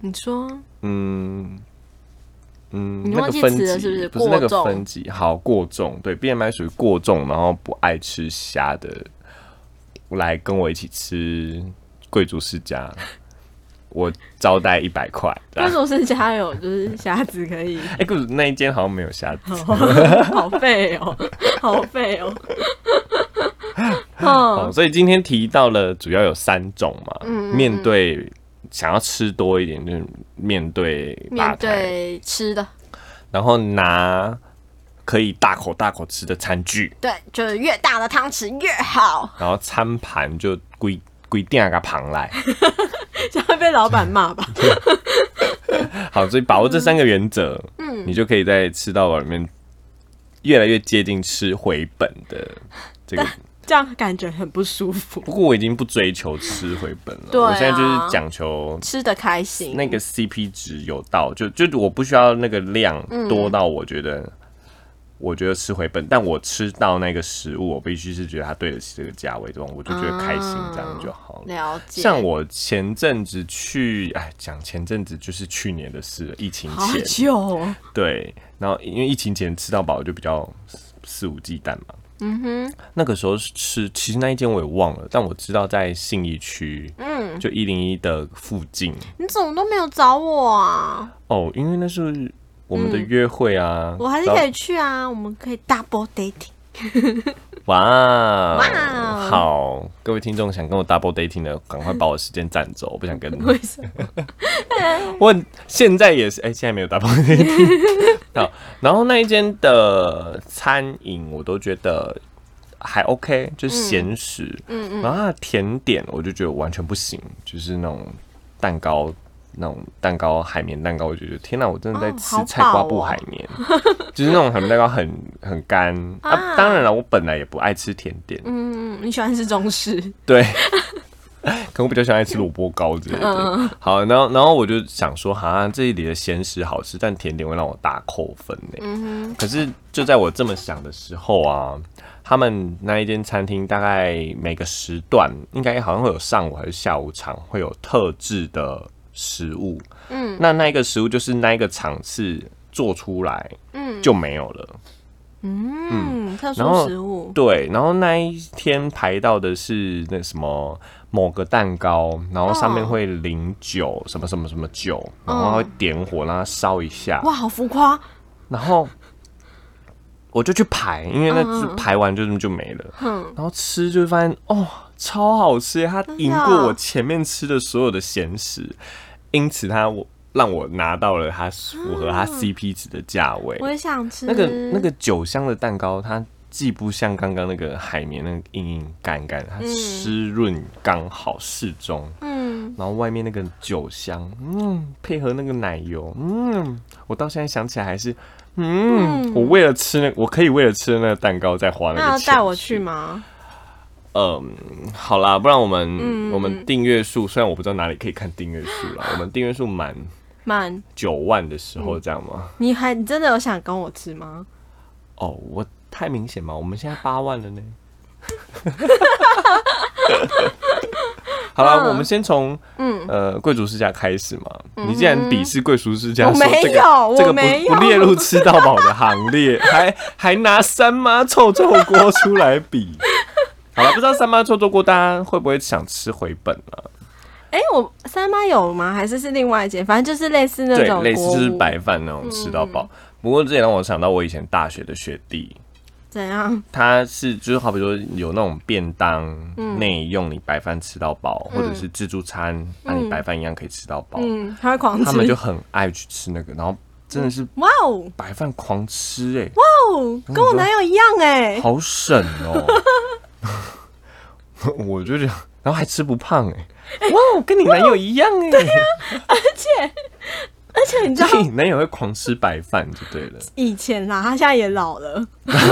Speaker 2: 你说
Speaker 1: 嗯嗯
Speaker 2: 你
Speaker 1: 那
Speaker 2: 忘
Speaker 1: 个
Speaker 2: 记
Speaker 1: 分
Speaker 2: 词了
Speaker 1: 级
Speaker 2: 是不是
Speaker 1: 不是那个
Speaker 2: 过重
Speaker 1: 分级，好过重，对 BMI 属于过重，然后不爱吃虾的来跟我一起吃贵族世
Speaker 2: (laughs)
Speaker 1: 家，我招待一百块，这
Speaker 2: 为
Speaker 1: 样
Speaker 2: 什么是家有就是虾子可以？
Speaker 1: 哎，贵族那一间好像没有虾子。
Speaker 2: 好
Speaker 1: (laughs)
Speaker 2: 废哦，好废哦。
Speaker 1: 哦，
Speaker 2: 嗯，
Speaker 1: 所以今天提到了主要有三种嘛，面对想要吃多一点，就是面对吧
Speaker 2: 面
Speaker 1: 台，
Speaker 2: 对吃的，
Speaker 1: 然后拿可以大口大口吃的餐具，
Speaker 2: 对，就是越大的汤匙越好，
Speaker 1: 然后餐盘就规规定个旁来。
Speaker 2: 这样会被老板骂吧？ (laughs)
Speaker 1: 好，所以把握这三个原则，嗯，你就可以在吃到饱里面越来越接近吃回本的这个。
Speaker 2: 这样感觉很不舒服。
Speaker 1: (laughs) 不过我已经不追求吃回本了，
Speaker 2: 对啊
Speaker 1: 我现在就是讲求
Speaker 2: 吃的开心，
Speaker 1: 那个 CP 值有到，就就我不需要那个量多到我觉
Speaker 2: 嗯
Speaker 1: 得，我觉得吃回本，但我吃到那个食物，我必须是觉得它对得起这个价位，这种我就觉得开心，这
Speaker 2: 啊
Speaker 1: 样就好了。
Speaker 2: 了解。
Speaker 1: 像我前阵子去，哎，讲前阵子就是去年的事了，疫情
Speaker 2: 好
Speaker 1: 前
Speaker 2: 久哦，
Speaker 1: 对，然后因为疫情前吃到饱就比较肆肆无忌惮嘛。嗯哼，那个时候是吃，其实那一间我也忘了，但我知道在信义区，嗯，就一零一的附近，
Speaker 2: 你怎么都没有找我啊？
Speaker 1: 哦，因为那是我们的约会啊，
Speaker 2: 嗯我还是可
Speaker 1: 然
Speaker 2: 以去啊，我们可以 double dating。
Speaker 1: 后哇
Speaker 2: 哇哦
Speaker 1: 好，各位听众想跟我 double dating 的，赶快把我时间占走，我不想
Speaker 2: (laughs)
Speaker 1: 跟你。
Speaker 2: 为什么？
Speaker 1: 我现在也是，哎、现在没有 (laughs) double dating。好，然后那一间的餐饮我都觉得还 OK，就是咸食，嗯嗯，然后它的甜点我就觉得完全不行，就是那种蛋糕。那种蛋糕海绵蛋糕，我就觉得天哪，我真的在
Speaker 2: 哦
Speaker 1: 吃
Speaker 2: 好
Speaker 1: 菜瓜
Speaker 2: 饱
Speaker 1: 布
Speaker 2: 哦
Speaker 1: 海绵，就是那种海绵蛋糕很很干啊。
Speaker 2: 啊
Speaker 1: 当然了，我本来也不爱吃甜点，
Speaker 2: 嗯，你喜欢吃中式？
Speaker 1: 对， (laughs) 可能我比较喜欢吃萝卜糕之类的。好，然后然后我就想说，哈，这里的咸食好吃，但甜点会让我大扣分呢。可是就在我这么想的时候啊，他们那一间餐厅大概每个时段应该好像会有上午还是下午场，会有特制的食物。嗯，那那一个食物就是那一个场次做出来，嗯，就没有了。
Speaker 2: 嗯，特殊
Speaker 1: 然后
Speaker 2: 食物。
Speaker 1: 对，然后那一天排到的是那什么某个蛋糕，然后上面
Speaker 2: 哦
Speaker 1: 会淋酒，什么什么什么酒，然后它会点火让它烧一下，
Speaker 2: 哇，好浮夸！
Speaker 1: 然后。我就去排，因为那次
Speaker 2: 嗯嗯
Speaker 1: 排完就就没了。
Speaker 2: 哼，
Speaker 1: 然后吃就会发现哦，超好吃，它赢
Speaker 2: 真的
Speaker 1: 过
Speaker 2: 哦
Speaker 1: 我前面吃的所有的咸食，因此它我让我拿到了它符合它
Speaker 2: 嗯
Speaker 1: CP 值的价位。
Speaker 2: 我也想吃
Speaker 1: 那个那个酒香的蛋糕，它既不像刚刚那个海绵那个硬硬干干，它湿润刚好适中。
Speaker 2: 嗯，
Speaker 1: 然后外面那个酒香，嗯，配合那个奶油，嗯，我到现在想起来还是，嗯，
Speaker 2: 嗯
Speaker 1: 我为了吃那我可以为了吃那个蛋糕再花那
Speaker 2: 那
Speaker 1: 个
Speaker 2: 要
Speaker 1: 钱。
Speaker 2: 带我去吗？
Speaker 1: 嗯，好啦，不然我们、
Speaker 2: 嗯
Speaker 1: 我们订阅数，虽然我不知道哪里可以看订阅数啦，我们订阅数满
Speaker 2: 慢，
Speaker 1: 九万的时
Speaker 2: 嗯
Speaker 1: 候这样吗？
Speaker 2: 你还你真的有想跟我吃吗？
Speaker 1: 哦，我太明显嘛，我们现在八万了
Speaker 2: (laughs)
Speaker 1: 呢。好啦，
Speaker 2: 嗯
Speaker 1: 我们先从
Speaker 2: 嗯，
Speaker 1: 呃贵族世家开始嘛。你既然鄙视贵族世家，
Speaker 2: 我
Speaker 1: 说
Speaker 2: 没
Speaker 1: 这个
Speaker 2: 有
Speaker 1: 这个
Speaker 2: 我没
Speaker 1: 不不列入吃到饱的行列， (laughs) 还还拿三妈臭臭锅出来比。好了，不知道三妈臭臭锅大家会不会想吃回本啊了、
Speaker 2: 哎、我三妈有吗？还是是另外一间？反正就是类似那
Speaker 1: 对
Speaker 2: 种，
Speaker 1: 类似
Speaker 2: 锅
Speaker 1: 就是
Speaker 2: 物嗯
Speaker 1: 白饭那种吃到饱。不过这也让我想到我以前大学的学弟，
Speaker 2: 怎样？
Speaker 1: 他是就是好比说有那种便当内用，你白饭吃到饱，或者是自助餐，那、你白饭一样可以吃到饱。
Speaker 2: 嗯，他会狂吃。
Speaker 1: 哦他们就很爱去吃那个，然后真的是
Speaker 2: 哇哦
Speaker 1: 白饭狂吃哎、
Speaker 2: 哇哦，跟我男友一样哎、
Speaker 1: 好省 (laughs) 哦。我就这样，然后还吃不胖哎、哇，跟你男友一样哎、
Speaker 2: 而且
Speaker 1: (laughs)
Speaker 2: 你知道
Speaker 1: 所以你男友会狂吃白饭就对了，
Speaker 2: 以前啦，他现在也老了。
Speaker 1: (laughs)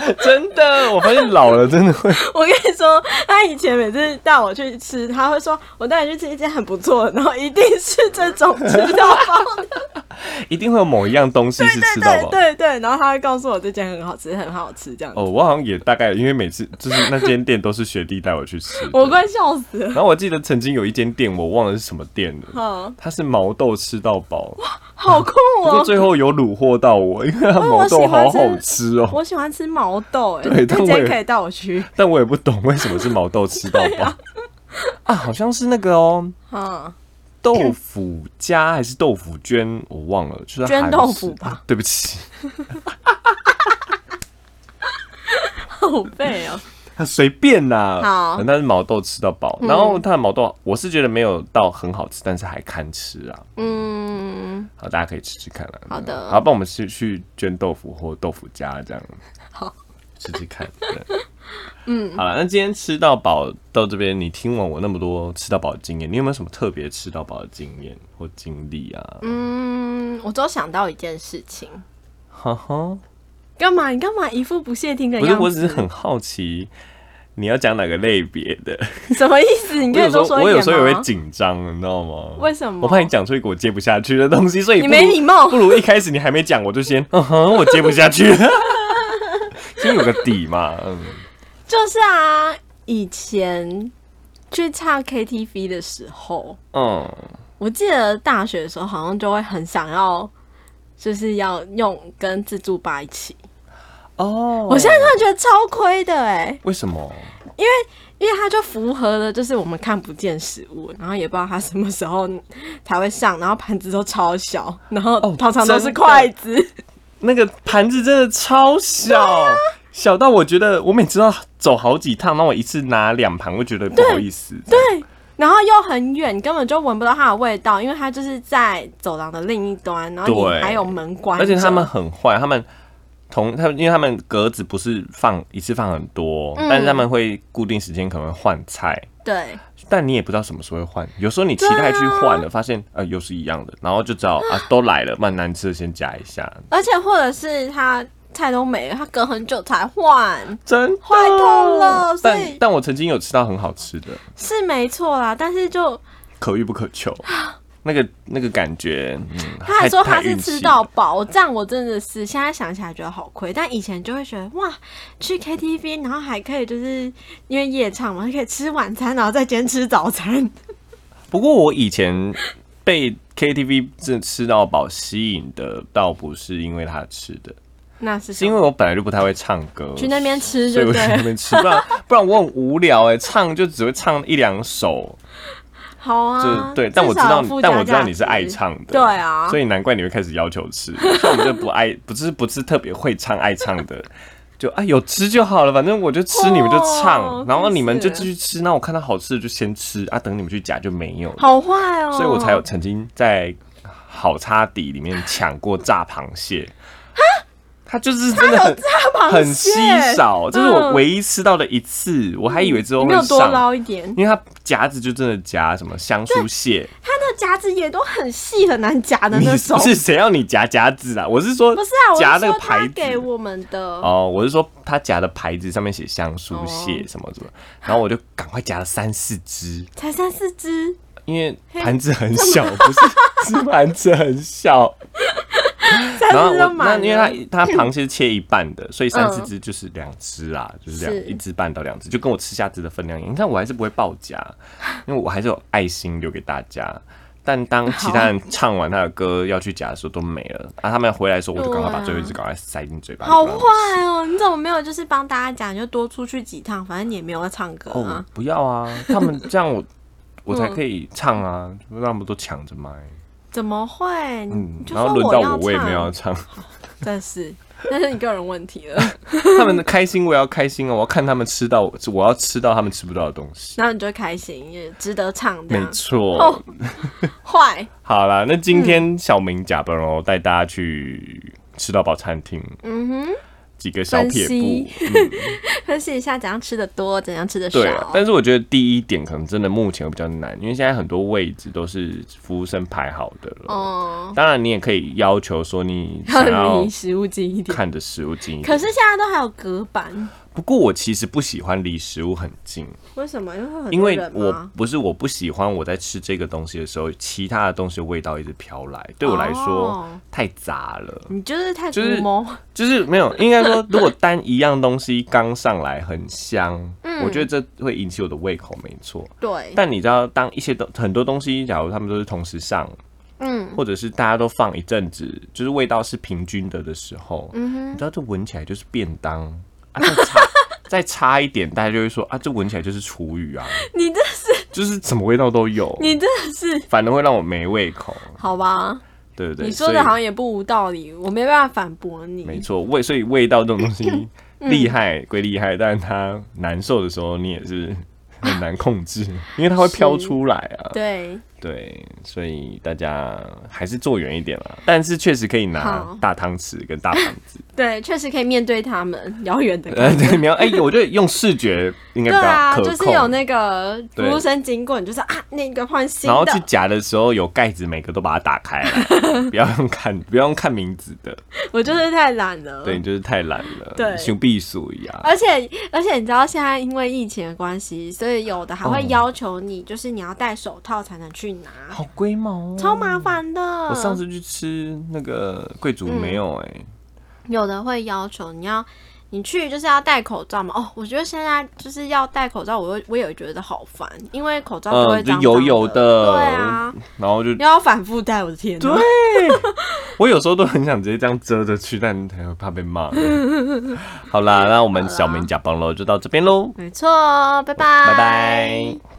Speaker 2: (laughs)
Speaker 1: 真的，我发现老了真的会
Speaker 2: 我跟你说，他以前每次带我去吃，他会说：“我带你去吃一间很不错的，然后一定是这种吃到饱的。
Speaker 1: 一定会有某一样东西是”吃到
Speaker 2: 对
Speaker 1: 饱。
Speaker 2: 对对，然后他会告诉我这间很好吃，很好吃这样子。
Speaker 1: 哦，我好像也大概，因为每次就是那间店都是学弟带我去吃的。
Speaker 2: (laughs) 我快笑死了。
Speaker 1: 然后我记得曾经有一间店，我忘了是什么店了，
Speaker 2: 嗯，
Speaker 1: 它是毛豆吃到饱，
Speaker 2: 好酷
Speaker 1: 不过
Speaker 2: 哦！
Speaker 1: 最后有虏获到我，因为它毛豆好好吃哦。
Speaker 2: 我喜欢吃毛豆、欸，
Speaker 1: 对
Speaker 2: 哎，
Speaker 1: 但
Speaker 2: 那
Speaker 1: 我
Speaker 2: 间
Speaker 1: 也
Speaker 2: 可以带我去。
Speaker 1: 但我也不懂为什么是毛豆吃
Speaker 2: (laughs)
Speaker 1: 到饱啊，好像是那个哦，
Speaker 2: 嗯，
Speaker 1: 豆腐夹还是豆腐绢，我忘了，就是
Speaker 2: 绢
Speaker 1: 韩
Speaker 2: 豆
Speaker 1: 式
Speaker 2: 腐吧
Speaker 1: 啊对不起， (laughs)
Speaker 2: 好背哦。
Speaker 1: 他随便啦。
Speaker 2: 好嗯
Speaker 1: 但是毛豆吃到饱，然后它的毛豆我是觉得没有到很好吃，但是还堪吃啊。
Speaker 2: 嗯，
Speaker 1: 好，大家可以吃吃看啦。啊
Speaker 2: 好的
Speaker 1: 好，帮我们去去捐豆腐或豆腐家这样。
Speaker 2: 好，
Speaker 1: 吃吃看。
Speaker 2: (laughs)
Speaker 1: 对嗯，好了，那今天吃到饱到这边，你听完我那么多吃到饱的经验，你有没有什么特别吃到饱的经验或经历啊？
Speaker 2: 嗯，我只有想到一件事情。
Speaker 1: 哈哈，
Speaker 2: 干嘛？你干嘛一副不屑听的
Speaker 1: 不是，
Speaker 2: 样
Speaker 1: 我
Speaker 2: 子？
Speaker 1: 只是很好奇你要讲哪个类别的。
Speaker 2: 什么意思？你
Speaker 1: 我
Speaker 2: 可以
Speaker 1: 有时
Speaker 2: 多
Speaker 1: 候
Speaker 2: 一
Speaker 1: 我
Speaker 2: 点吗？
Speaker 1: 有时候也会紧张，你知道吗？
Speaker 2: 为什么
Speaker 1: 我怕你讲出一个我接不下去的东西，所以
Speaker 2: 你
Speaker 1: 不如
Speaker 2: 没礼貌
Speaker 1: (laughs) 不如一开始你还没讲，我就先嗯哼， (laughs) 我接不下去，先有个底嘛。嗯，
Speaker 2: 就是啊，以前去唱 KTV 的时候，
Speaker 1: 嗯，
Speaker 2: 我记得大学的时候好像就会很想要，就是要用跟自助吧一起。
Speaker 1: 哦，
Speaker 2: 我现在突然觉得超亏的哎、
Speaker 1: 为什么？
Speaker 2: 因为它就符合了，就是我们看不见食物，然后也不知道它什么时候才会上，然后盘子都超小，然后
Speaker 1: 哦
Speaker 2: 通常都是
Speaker 1: 真的
Speaker 2: 筷子。
Speaker 1: 那个盘子真的超小，小到我觉得我每次要走好几趟，那我一次拿两盘，我觉得不好意思。对，
Speaker 2: 然后又很远，根本就闻不到它的味道，因为它就是在走廊的另一端，然后
Speaker 1: 对
Speaker 2: 你还有门关着，
Speaker 1: 而且他们很坏，他们同他们，因为他们格子不是放一次放很多，
Speaker 2: 嗯
Speaker 1: 但是他们会固定时间可能会换菜，
Speaker 2: 对
Speaker 1: 但你也不知道什么时候会换。有时候你期待去换了，发现呃又是一样的，然后就
Speaker 2: (gasps)
Speaker 1: 只好啊都来了，蛮难吃的先夹一下。
Speaker 2: 而且或者是他菜都没了，他隔很久才换，
Speaker 1: 真的
Speaker 2: 坏透了所
Speaker 1: 但
Speaker 2: 以
Speaker 1: 但我曾经有吃到很好吃的，
Speaker 2: 是没错啦。但是就
Speaker 1: 可遇不可
Speaker 2: (gasps)
Speaker 1: 求。那个那个感觉，嗯，
Speaker 2: 他还说他
Speaker 1: 太
Speaker 2: 是吃到，饱，这样我真的是现在想起来觉得好亏。但以前就会觉得哇，去 KTV 然后还可以就是因为夜唱嘛，还可以吃晚餐，然后再兼吃早
Speaker 1: (laughs)
Speaker 2: 餐。
Speaker 1: 太运气了不过我以前被 KTV 这吃到饱吸引的，倒不是因为他吃的，
Speaker 2: 那是什
Speaker 1: 是因
Speaker 2: 么
Speaker 1: 为我本来就不太会唱歌，
Speaker 2: 去那边吃
Speaker 1: 所以
Speaker 2: 就
Speaker 1: 我
Speaker 2: 对
Speaker 1: 去那
Speaker 2: 了，
Speaker 1: 欸边吃，不然不然我很无聊哎、唱就只会唱一两首。
Speaker 2: 好啊，
Speaker 1: 就是对，但我知
Speaker 2: 至少
Speaker 1: 道
Speaker 2: 有
Speaker 1: 你
Speaker 2: 附，加
Speaker 1: 但我知道你是
Speaker 2: 价值
Speaker 1: 爱唱的，
Speaker 2: 对啊
Speaker 1: 所以难怪你会开始要求吃。 (laughs) 像我们就不爱，不是不是特别会唱爱唱的， (laughs) 就啊有吃就好了，反正我就吃，你们就唱，
Speaker 2: 哦
Speaker 1: 然后你们就
Speaker 2: 真是
Speaker 1: 继续吃。那我看到好吃的就先吃啊，等你们去夹就没有了，
Speaker 2: 好坏哦，
Speaker 1: 所以我才有曾经在好差底里面抢过炸螃蟹。它就是真的很很稀少，这是我
Speaker 2: 嗯
Speaker 1: 唯一吃到的一次，我还以为之后
Speaker 2: 你
Speaker 1: 会
Speaker 2: 没有多
Speaker 1: 上。
Speaker 2: 捞一点，
Speaker 1: 因为它夹子就真的夹什么香酥蟹，
Speaker 2: 它的夹子也都很细，很难夹的
Speaker 1: 你
Speaker 2: 那种
Speaker 1: 不。是谁要你夹夹子啊？我是说，
Speaker 2: 不是啊，
Speaker 1: 夹
Speaker 2: 我是
Speaker 1: 那个
Speaker 2: 说
Speaker 1: 牌
Speaker 2: 他
Speaker 1: 子
Speaker 2: 给我们的，
Speaker 1: 哦，我是说他夹的牌子上面写香酥蟹
Speaker 2: 哦
Speaker 1: 什么什么，然后我就赶快夹了三四只，
Speaker 2: 才三四只，
Speaker 1: 因为盘子很
Speaker 2: (laughs)
Speaker 1: 小，不是 (laughs) 是盘子很小，
Speaker 2: 三
Speaker 1: 然后
Speaker 2: 四只
Speaker 1: 我那
Speaker 2: 都满
Speaker 1: 因
Speaker 2: 了。
Speaker 1: 为它它螃蟹切一半的，所以三四
Speaker 2: 嗯
Speaker 1: 只就是两只啦，就是两
Speaker 2: 是
Speaker 1: 一只半到两只，就跟我吃虾子的分量一样。你看我还是不会爆夹，因为我还是有爱心留给大家。但当其他人唱完他的歌要去夹的时候都没了，啊，他们要回来的时候，我就赶快把
Speaker 2: 对啊
Speaker 1: 最后一只赶快塞进嘴巴里。
Speaker 2: 好
Speaker 1: 哎不然我
Speaker 2: 坏哦！你怎么没有就是帮大家讲，你就多出去几趟，反正你也没有要唱歌
Speaker 1: 哦
Speaker 2: 啊。，
Speaker 1: 不要啊！他们这样
Speaker 2: (laughs)
Speaker 1: 我我
Speaker 2: 嗯
Speaker 1: 才可以唱啊，让他们都抢着麦。
Speaker 2: 怎么会？你
Speaker 1: 嗯
Speaker 2: 你，就
Speaker 1: 然后
Speaker 2: 说
Speaker 1: 轮到
Speaker 2: 要
Speaker 1: 我，我也没有要
Speaker 2: 唱，
Speaker 1: 唱。
Speaker 2: 但是那是你个人问题
Speaker 1: (laughs)
Speaker 2: 了。 (laughs)
Speaker 1: 他们的开心我也要开心啊，我要看他们吃到，我要吃到他们吃不到的东西。
Speaker 2: 然后你就开心，也值得唱这
Speaker 1: 没
Speaker 2: 样。
Speaker 1: 错。
Speaker 2: 哦，坏，
Speaker 1: 好啦，那今天小明假扮哦，带大家去吃到饱餐厅
Speaker 2: 嗯哼，
Speaker 1: 几个小撇步
Speaker 2: 分。
Speaker 1: 嗯
Speaker 2: 分析一下怎样吃的多，怎样吃的少
Speaker 1: 对。啊，但是我觉得第一点可能真的目前会比较难，因为现在很多位置都是服务生排好的了。
Speaker 2: 哦，
Speaker 1: 当然，你也可以要求说你
Speaker 2: 要
Speaker 1: 想要
Speaker 2: 离食物近一点。
Speaker 1: 看的食物近一点。
Speaker 2: 可是，现在都还有隔板，
Speaker 1: 不过我其实不喜欢离食物很近，
Speaker 2: 为什么？因为会有很
Speaker 1: 因
Speaker 2: 多
Speaker 1: 为
Speaker 2: 人
Speaker 1: 我
Speaker 2: 吗？
Speaker 1: 不是我不喜欢我在吃这个东西的时候，其他的东西的味道一直飘来，对我来说
Speaker 2: 哦
Speaker 1: 太杂了。
Speaker 2: 你就是太
Speaker 1: 就是
Speaker 2: 古猫，
Speaker 1: 就是没有，应该
Speaker 2: (laughs)
Speaker 1: 说，如果单一样东西刚上来很香，
Speaker 2: 嗯
Speaker 1: 我觉得这会引起我的胃口，没错。
Speaker 2: 对，
Speaker 1: 但你知道，当一些东很多东西，假如他们都是同时上，
Speaker 2: 嗯
Speaker 1: 或者是大家都放一阵子，就是味道是平均的的时候，
Speaker 2: 嗯
Speaker 1: 你知道这闻起来就是便当啊，再
Speaker 2: (laughs)
Speaker 1: 差再差一点，大家就会说啊，这闻起来就是厨余啊，
Speaker 2: 你这是
Speaker 1: 就是什么味道都有，
Speaker 2: (laughs) 你这是
Speaker 1: 反而会让我没胃口，
Speaker 2: 好吧？
Speaker 1: 对不对？
Speaker 2: 你说
Speaker 1: 所以
Speaker 2: 的好像也不无道理，我没办法反驳你。
Speaker 1: 没错，味所以味道这种东
Speaker 2: (laughs)
Speaker 1: 西厉害归厉害，但是它难受的时候你也是很难控
Speaker 2: (laughs)
Speaker 1: 制，因为它会飘出来啊。
Speaker 2: 对，
Speaker 1: 对，所以大家还是坐远一点啦。但是确实可以拿
Speaker 2: 好
Speaker 1: 大汤匙跟大盘子， (laughs)
Speaker 2: 对，确实可以面对他们遥远的
Speaker 1: 呃，
Speaker 2: 感觉。
Speaker 1: 对，你要哎、我觉得用视觉应该
Speaker 2: 对
Speaker 1: 比较
Speaker 2: 啊，
Speaker 1: 可控。
Speaker 2: 就是有那个服
Speaker 1: 对
Speaker 2: 务生经过，你就是啊，那个换新
Speaker 1: 然后去
Speaker 2: 的，
Speaker 1: 夹的时候有盖子，每个都把它打开
Speaker 2: (laughs)
Speaker 1: 来，不要用看，不要用看名字的。
Speaker 2: 我就是太懒了。
Speaker 1: 对，你就是太懒了，
Speaker 2: 嗯对
Speaker 1: 像避暑一样。
Speaker 2: 而且而且你知道现在因为疫情的关系，所以有的还会
Speaker 1: 哦
Speaker 2: 要求你，就是你要戴手套才能去拿，
Speaker 1: 好龟毛哦，
Speaker 2: 超麻烦的。
Speaker 1: 我上次去吃那个贵族没有
Speaker 2: 嗯
Speaker 1: 哎、
Speaker 2: 有的会要求你要你去就是要戴口罩嘛。哦，我觉得现在就是要戴口罩，我又我也觉得好烦，因为口罩都会
Speaker 1: 嗯，就
Speaker 2: 脏脏
Speaker 1: 油油
Speaker 2: 的，对啊，
Speaker 1: 然后就
Speaker 2: 又要反复戴，我的天
Speaker 1: 嗯对
Speaker 2: 哪！，
Speaker 1: 我有时候都很想直接这样遮着去，但很怕被
Speaker 2: (laughs)
Speaker 1: 骂。好啦，那我们小明假帮喽，就到这边喽，
Speaker 2: 哦没错，拜拜，
Speaker 1: 拜拜。